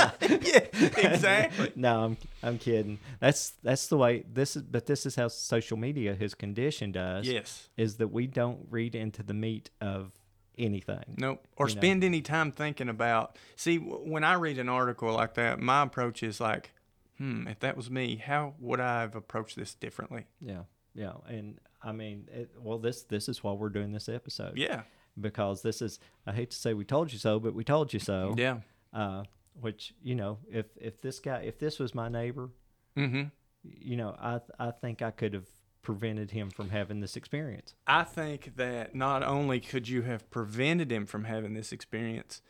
B: yeah,
A: (laughs)
B: exactly.
A: no, I'm I'm kidding. That's that's the way this is but this is how social media has conditioned us
B: yes.
A: is that we don't read into the meat of anything.
B: Nope. Or
A: You know.
B: spend any time thinking about. See, w- when I read an article like that, my approach is like, hmm, if that was me, how would I have approached this differently?
A: Yeah, yeah, and I mean, it, well, this this is why we're doing this episode.
B: Yeah.
A: because this is I hate to say we told you so, but we told you so.
B: Yeah.
A: Uh, which you know, if if this guy, if this was my neighbor,
B: Mm-hmm.
A: you know, I I think I could have prevented him from having this experience.
B: I think that not only could you have prevented him from having this experience,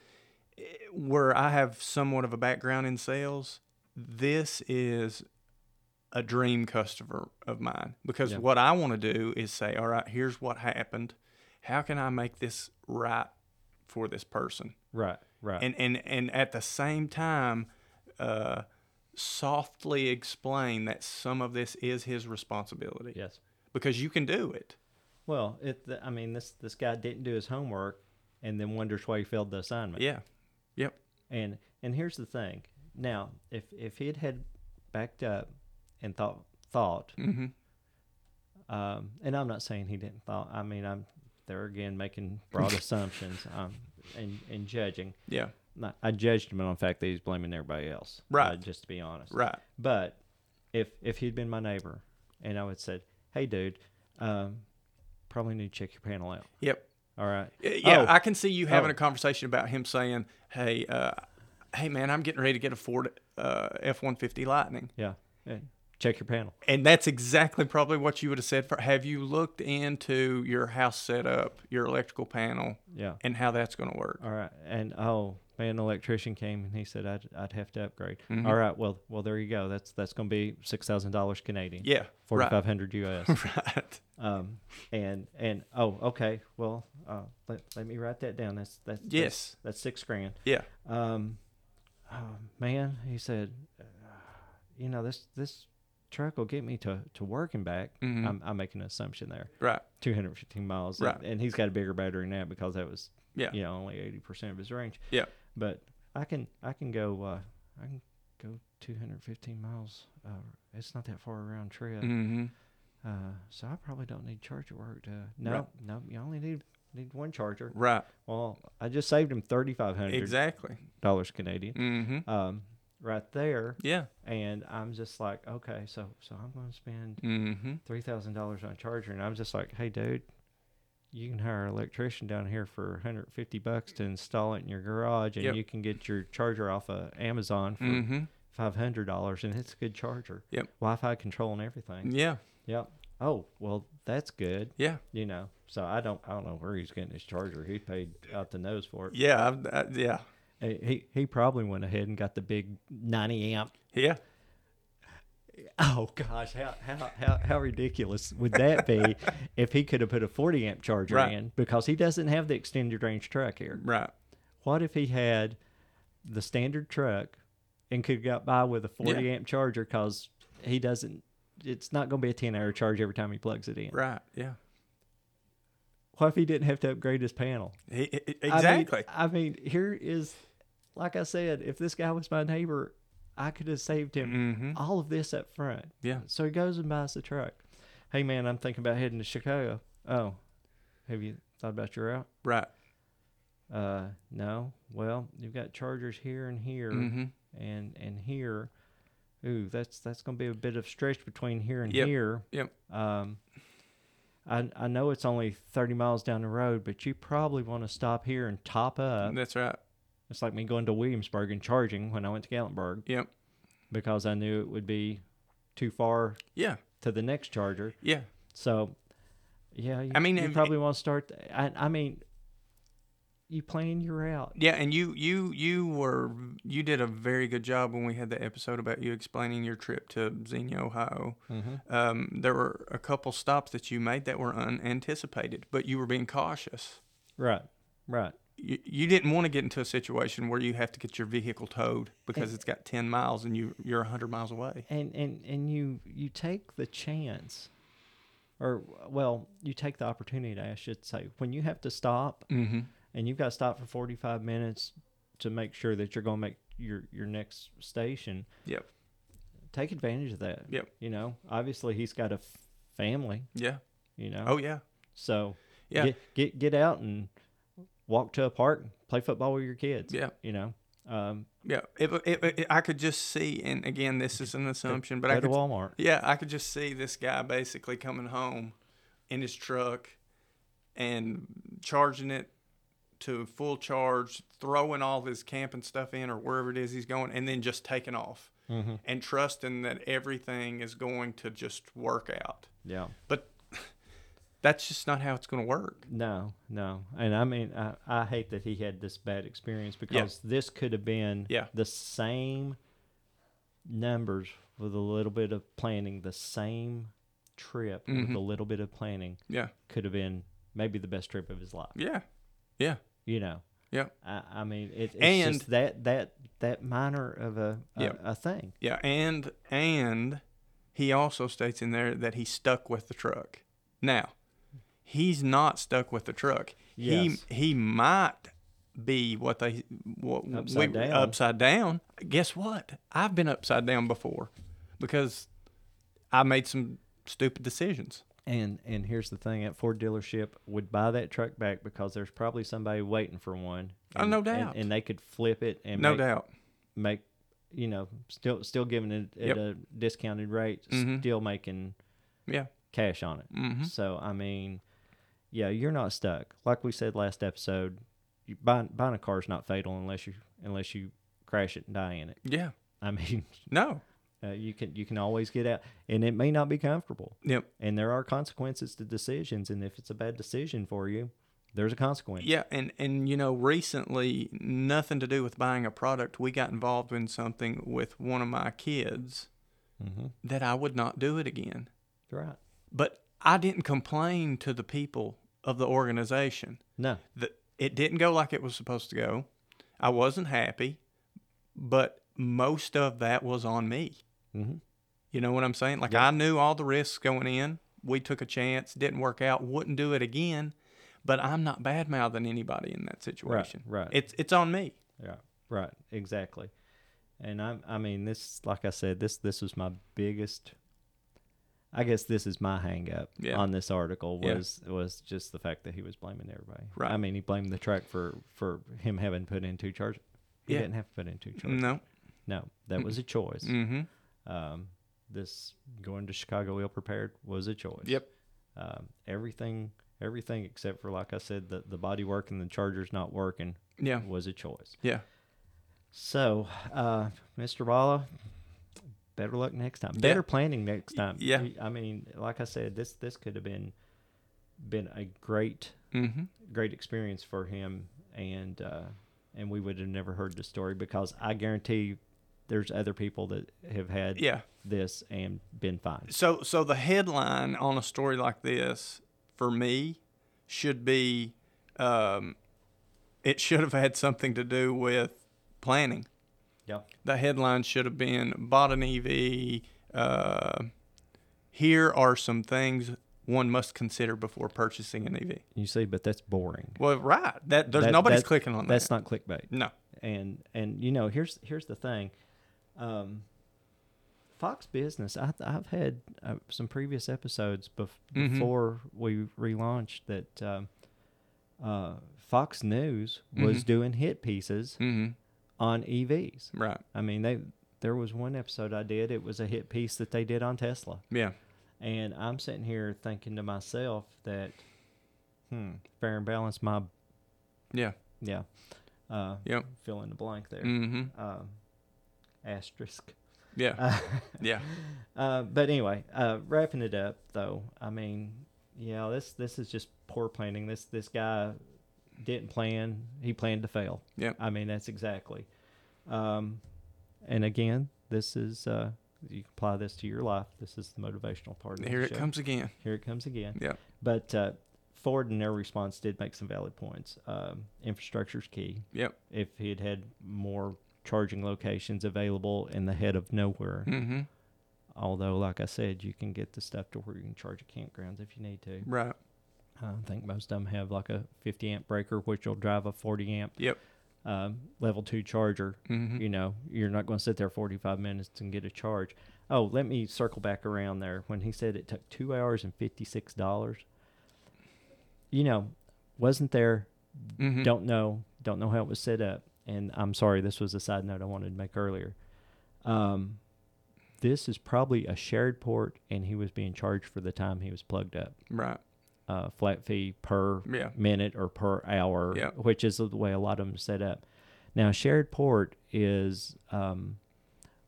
B: eh, where I have somewhat of a background in sales, this is a dream customer of mine because
A: Yeah.
B: what I want to do is say, all right, here's what happened. How can I make this right for this person?
A: Right, right.
B: and and and at the same time uh softly explain that some of this is his responsibility
A: yes.
B: because you can do it
A: Well, it. I mean, this this guy didn't do his homework, and then wonders why he failed the assignment.
B: yeah yep
A: And and here's the thing. Now, if if he had had backed up and thought thought,
B: mm-hmm.
A: um, and I'm not saying he didn't thought. I mean, I'm there again making
B: (laughs)
A: broad assumptions um, and and judging.
B: yeah
A: Not, I judged him on the fact that he's blaming everybody else. uh,
B: Right.
A: just to be honest.
B: right
A: But if if he'd been my neighbor, and I would said, "Hey, dude, um, probably need to check your panel out."
B: yep
A: All right.
B: Y- yeah
A: Oh,
B: i can see you having
A: Oh.
B: a conversation about him saying hey uh hey man i'm getting ready to get a ford uh, f-150 lightning
A: yeah. yeah. Check your panel.
B: and that's exactly probably what you would have said for have you looked into your house setup your electrical panel
A: Yeah.
B: and how that's going to work
A: All right. And oh man, the electrician came and he said I'd, I'd have to upgrade.
B: Mm-hmm.
A: All right. Well, well, there you go. That's that's going to be six thousand dollars Canadian.
B: yeah
A: Forty
B: right
A: five hundred US.
B: (laughs) right
A: (laughs) um, and and oh, okay. Well, uh, let, let me write that down. That's that's that's-
B: Yes.
A: That's, six grand.
B: yeah
A: Um, oh, man, he said, uh, you know this this truck will get me to to work and back.
B: Mhm.
A: I'm I'm making an assumption there.
B: right
A: 215 miles.
B: Right.
A: And, and he's got a bigger battery now because that was
B: Yeah.
A: you know only 80% of his range.
B: Yeah.
A: But I can I can go uh, I can go 215 miles. Uh, it's not that far a round trip.
B: Mm-hmm.
A: Uh, so I probably don't need charger work to no
B: Right.
A: no you only need need one charger.
B: Right.
A: Well, I just saved him 3500
B: Exactly.
A: dollars Canadian.
B: Mm-hmm.
A: Um right there
B: Yeah.
A: and I'm just like okay so so I'm going to spend
B: Mm-hmm.
A: three thousand dollars on a charger, and I'm just like, hey, dude, you can hire an electrician down here for 150 bucks to install it in your garage, and
B: Yep.
A: you can get your charger off of Amazon for
B: Mm-hmm.
A: hundred dollars, and it's a good charger.
B: Yep.
A: Wi-Fi control and everything.
B: Yeah.
A: Yep. Oh well, that's good.
B: Yeah.
A: You know, so I don't I don't know where he's getting his charger. He paid out the nose for it.
B: Yeah. I've- I, yeah.
A: He- He he probably went ahead and got the big 90 amp
B: Yeah.
A: Oh gosh, how how how, how ridiculous would that
B: (laughs)
A: be if he could have put a 40 amp charger
B: Right.
A: in because he doesn't have the extended range truck here.
B: Right.
A: What if he had the standard truck and could have got by with a 40 amp charger cuz he doesn't it's not going to be a 10 hour charge every time he plugs it in.
B: Right. Yeah.
A: What if he didn't have to upgrade his panel?
B: He, he- he-
A: I mean-
B: exactly.
A: I mean, here is like I said, if this guy was my neighbor, I could have saved him
B: mm-hmm.
A: all of this up front.
B: Yeah.
A: So he goes and buys the truck. Hey man, I'm thinking about heading to Chicago. Oh, have you thought about your route?
B: Right.
A: Uh, no. Well, you've got chargers here and here
B: Mm-hmm.
A: and and here. Ooh, that's that's gonna be a bit of stretch between here and
B: Yep.
A: here.
B: Yep.
A: Um, I I know it's only thirty miles down the road, but you probably want to stop here and top up.
B: That's right.
A: It's like me going to Williamsburg and charging when I went to Gatlinburg
B: Yep.
A: because I knew it would be too far
B: Yeah.
A: to the next charger.
B: Yeah.
A: So, yeah, you,
B: I mean,
A: you
B: if-
A: probably want to start. th- I, I mean, you plan your route.
B: Yeah. And you, you, you were, you did a very good job when we had the episode about you explaining your trip to Xenia, Ohio.
A: Mm-hmm.
B: Um, there were a couple stops that you made that were unanticipated, but you were being cautious.
A: Right, right.
B: you, you didn't want to get into a situation where you have to get your vehicle towed
A: Eh.
B: because it's got 10 miles and you, you're 100 miles away.
A: And and and you you take the chance, or well, you take the opportunity. I should say when you have to stop
B: Mm-hmm.
A: and you've got to stop for forty five minutes to make sure that you're going to make your your next station.
B: Yep.
A: Take advantage of that.
B: Yep.
A: You know, obviously he's got a f- family.
B: Yeah.
A: You know.
B: Oh, yeah.
A: So
B: Yeah.
A: get, get get out and walk to a park, and play football with your kids.
B: Yeah.
A: you know, Um,
B: Yeah, if, if, if- I could just see, and again, this is an assumption, but
A: go
B: I
A: to
B: could,
A: Walmart.
B: yeah, I could just see this guy basically coming home in his truck and charging it to full charge, throwing all his camping stuff in or wherever it is he's going, and then just taking off
A: hmm
B: and trusting that everything is going to just work out.
A: Yeah.
B: But (laughs) that's just not how it's going to work.
A: No, no. And I mean, I, I hate that he had this bad experience because this could have been
B: Yeah.
A: the same numbers with a little bit of planning, the same trip with
B: Mhm.
A: a little bit of planning
B: Yeah.
A: could have been maybe the best trip of his life.
B: Yeah. Yeah.
A: You know?
B: Yeah.
A: I, I mean, it, it's
B: And-
A: just that, that, that minor of a, a,
B: Yeah.
A: a thing.
B: Yeah, and and he also states in there that he stuck with the truck. Now, he's not stuck with the truck.
A: Yes.
B: He he might be what they what
A: Upside down.
B: upside down. Guess what? I've been upside down before because I made some stupid decisions.
A: And, and here's the thing that Ford dealership would buy that truck back because there's probably somebody waiting for one.
B: Oh,
A: and-
B: no
A: and-
B: doubt.
A: And, they could flip it and
B: No
A: make
B: doubt.
A: make you know still still giving it
B: Yep.
A: at a discounted rate
B: Mhm.
A: still making
B: Yeah.
A: cash on it
B: Mm-hmm.
A: so i mean yeah you're not stuck like we said last episode you, buying, buying a car is not fatal unless you unless you crash it and die in it (laughs)
B: Yeah.
A: i mean
B: No.
A: uh, you can you can always get out and it may not be comfortable
B: Yep.
A: and there are consequences to decisions and if it's a bad decision for you there's a consequence
B: Yeah, and and you know, recently, nothing to do with buying a product, we got involved in something with one of my kids
A: mm-hmm.
B: that I would not do it again.
A: right
B: But I didn't complain to the people of the organization.
A: no
B: That it didn't go like it was supposed to go. I wasn't happy, but most of that was on me.
A: mm-hmm.
B: You know what I'm saying? Like I knew all the risks going in. We took a chance, didn't work out, wouldn't do it again. But I'm not bad mouthing anybody in that situation.
A: right.
B: It's it's on me.
A: Yeah. Right. Exactly. And I I mean this like I said this this was my biggest I guess this is my hang up
B: Yeah.
A: on this article
B: Yeah.
A: was was just the fact that he was blaming everybody.
B: Right.
A: I mean he blamed the truck for for him having put in two charges. He
B: Yeah.
A: didn't have to put in two charges.
B: No.
A: No, that was a choice.
B: Mm-hmm.
A: Um, this going to Chicago ill prepared was a choice.
B: Yep.
A: Um, everything everything except for like I said the the body work and the chargers not working
B: Yeah.
A: was a choice.
B: Yeah.
A: So, uh, Mr. Bala, better luck next time. Better planning next time.
B: yeah.
A: You- I mean, like I said, this this could have been been a great
B: Mm-hmm.
A: great experience for him, and uh, and we would have never heard the story because I guarantee you there's other people that have had
B: Yeah.
A: this and been fine.
B: So so the headline on a story like this for me should be um, it should have had something to do with planning.
A: Yeah.
B: The headline should have been bought an EV. Uh, here are some things one must consider before purchasing an EV.
A: You see, but that's boring.
B: Well, right. That there's
A: That-
B: nobody's
A: that-
B: clicking on
A: That's
B: that.
A: not clickbait.
B: no.
A: and and you know here's here's the thing um fox business I, i've had uh, some previous episodes bef-
B: Mhm.
A: before we relaunched that um, uh, fox news was
B: Mhm.
A: doing hit pieces
B: Mm-hmm.
A: on evs
B: Right.
A: i mean they there was one episode i did it was a hit piece that they did on tesla
B: Yeah.
A: and i'm sitting here thinking to myself that hmm fair and balance my
B: Yeah.
A: yeah uh
B: Yep.
A: fill in the blank there
B: Mm-hmm.
A: um, asterisk. (laughs)
B: Yeah.
A: Uh,
B: yeah.
A: uh, but anyway, uh, wrapping it up though, I mean, yeah, this this is just poor planning. This this guy didn't plan. He planned to fail.
B: Yep.
A: I mean, that's exactly. Um, and again, this is uh, you can apply this to your life. This is the motivational part. Of
B: Here
A: the
B: it
A: show.
B: comes again.
A: Here it comes again.
B: Yeah.
A: But uh, Ford in their response did make some valid points. Um, infrastructure's key
B: Yep.
A: if he had had more charging locations available in the head of nowhere.
B: Mm-hmm.
A: Although, like I said, you can get the stuff to where you can charge at campgrounds if you need to.
B: Right.
A: I think most of them have like a 50 amp breaker, which will drive a 40 amp
B: Yep.
A: um, level two charger.
B: Mm-hmm.
A: You know, you're not going to sit there 45 minutes and get a charge. Oh, let me circle back around there. When he said it took two hours and $56, you know, wasn't there
B: Mm-hmm. Mm.
A: don't know don't know how it was set up and I'm sorry, this was a side note I wanted to make earlier. Um, this is probably a shared port, and he was being charged for the time he was plugged up,
B: Right.
A: uh, flat fee per
B: Yeah.
A: minute or per hour,
B: Yeah.
A: which is the way a lot of them set up. Now, shared port is um,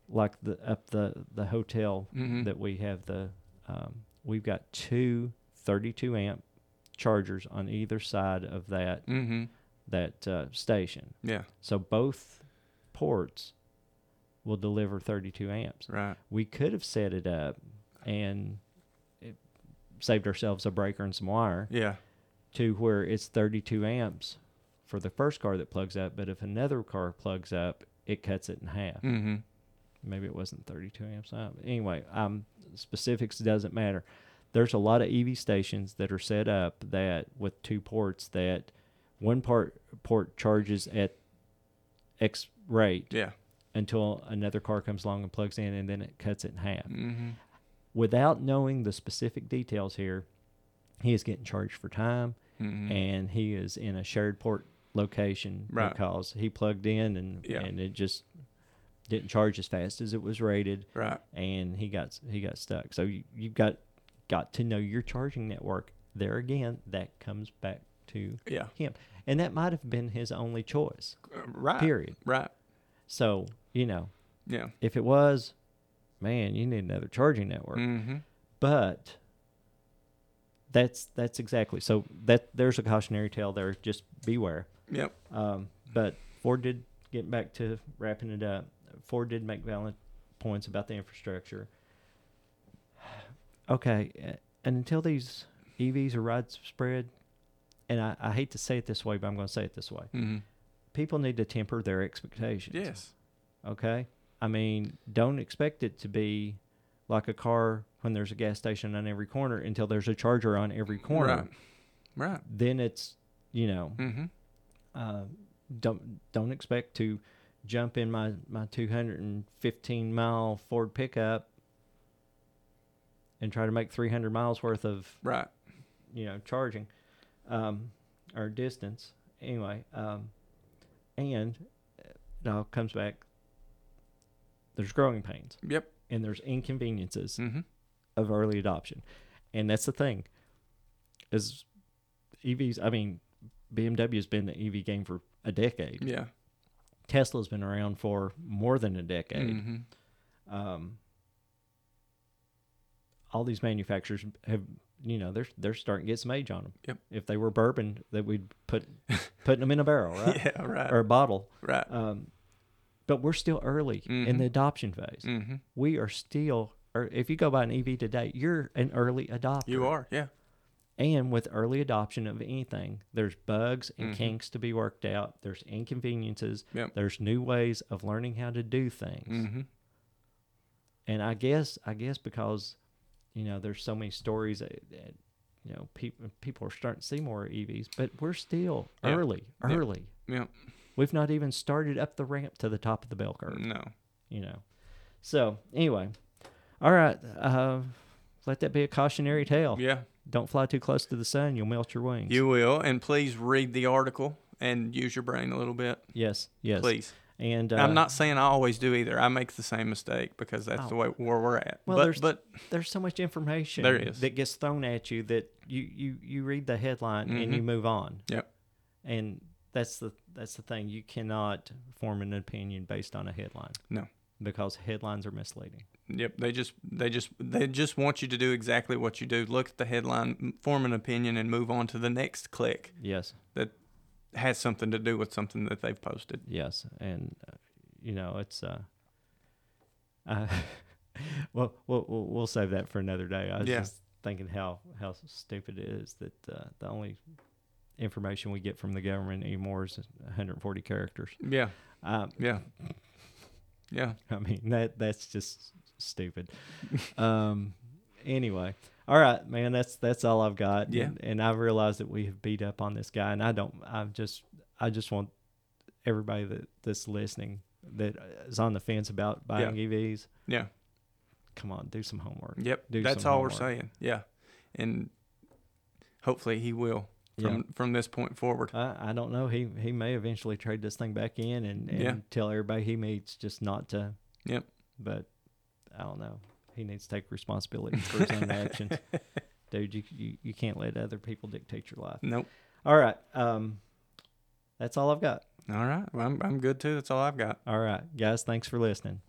A: like the up the the hotel
B: Mhm.
A: that we have the um, we've got two 32 amp chargers on either side of that
B: Mm-hmm.
A: that uh, station.
B: Yeah.
A: So both ports will deliver 32 amps.
B: Right.
A: We could have set it up and it saved ourselves a breaker and some wire
B: Yeah.
A: to where it's 32 amps for the first car that plugs up, but if another car plugs up, it cuts it in half.
B: Mm-hmm.
A: Maybe it wasn't 32 amps. uh, Anyway, um, specifics doesn't matter. There's a lot of EV stations that are set up that with two ports that one part port charges at X rate
B: Yeah.
A: until another car comes along and plugs in, and then it cuts it in half.
B: Mm-hmm.
A: Without knowing the specific details here, he is getting charged for time
B: Mm-hmm.
A: and he is in a shared port location
B: Right.
A: because he plugged in and
B: Yeah.
A: and it just didn't charge as fast as it was rated
B: Right.
A: and he got he got stuck. So you you've got got to know your charging network. There again, that comes back to
B: Yeah.
A: him. And that might have been his only choice.
B: Uh, Right.
A: Period.
B: Right.
A: So, you know,
B: Yeah.
A: if it was, man, you need another charging network.
B: Mm-hmm.
A: But that's that's exactly so that there's a cautionary tale there, just beware.
B: Yep.
A: Um, but Ford did getting back to wrapping it up. Ford did make valid points about the infrastructure. (sighs) Okay, a- and until these E EVs are widespread, and I, I hate to say it this way, but I'm going to say it this way:
B: Mm-hmm.
A: people need to temper their expectations.
B: Yes.
A: Okay. I mean, don't expect it to be like a car when there's a gas station on every corner until there's a charger on every corner.
B: Right. Right.
A: Then it's you know
B: Mm-hmm.
A: uh, don't don't expect to jump in my my 215 mile Ford pickup and try to make 300 miles worth of
B: Right.
A: you know charging um, or distance anyway um, and it all comes back there's growing pains
B: Yep.
A: and there's inconveniences
B: Mm-hmm.
A: of early adoption and that's the thing is evs i mean bmw's been the ev game for a decade
B: Yeah.
A: Tesla's been around for more than a decade.
B: Mm-hmm.
A: Um, all these manufacturers have, you know, they're they're starting to get some age on them.
B: Yep.
A: If they were bourbon, that we'd
B: (laughs)
A: put putting them in a barrel, right,
B: (laughs) Yeah. Right.
A: or a bottle.
B: right.
A: Um, but we're still early in
B: Mhm.
A: the adoption phase.
B: Mm-hmm.
A: We are still, or if you go buy an EV today, you're an early adopter.
B: You are. Yeah.
A: And with early adoption of anything, there's bugs and
B: Mhm.
A: kinks to be worked out. There's inconveniences.
B: Yep.
A: There's new ways of learning how to do things.
B: Mm-hmm.
A: And I guess I guess because you know there's so many stories that, that you know people people are starting to see more EVs, but we're still
B: Yeah.
A: early,
B: Yeah.
A: early.
B: Yep.
A: We've not even started up the ramp to the top of the bell curve,
B: No.
A: you know. So anyway, all right. Uh, let that be a cautionary tale.
B: Yeah.
A: Don't fly too close to the sun; you'll melt your wings.
B: You will. And please read the article and use your brain a little bit.
A: Yes, yes.
B: Please.
A: And uh,
B: I'm not saying I always do either. I make the same mistake because that's the way where we're at.
A: Well,
B: but
A: there's-
B: but
A: There's so much information
B: There is.
A: that gets thrown at you that you you you read the headline and
B: Mhm.
A: you move on.
B: Yep.
A: And that's the that's the thing. You cannot form an opinion based on a headline.
B: No.
A: Because headlines are misleading.
B: yep, they just they just they just want you to do exactly what you do. Look at the headline, m- form an opinion, and move on to the next click
A: Yes.
B: that has something to do with something that they've posted.
A: Yes. And uh, you know it's uh. uh (laughs) well, we'll we'll we'll save that for another day. I was
B: Yeah.
A: just thinking how how stupid it is that uh, the only information we get from the government anymore is 140 characters.
B: Yeah,
A: Um,
B: yeah, yeah.
A: (laughs) I mean that that's just stupid. um anyway. All right, man, that's that's all I've got.
B: Yeah.
A: And, and I realize that we have beat up on this guy and I don't I just I just want everybody that that's listening that is on the fence about buying EVs,
B: Yeah.
A: come on, do some homework.
B: Yep.
A: Do
B: That's
A: some
B: all
A: homework.
B: we're saying. Yeah. And hopefully he will. from from this point forward.
A: I, I don't know. He he may eventually trade this thing back in and, and
B: Yeah.
A: tell everybody he meets just not to.
B: Yep.
A: But I don't know. He needs to take responsibility for his own
B: (laughs)
A: actions. Dude, you, you, you can't let other people dictate your life.
B: Nope.
A: All right. Um, that's all I've got.
B: All right. Well, I'm I'm good too. That's all I've got.
A: All right. Guys, thanks for listening.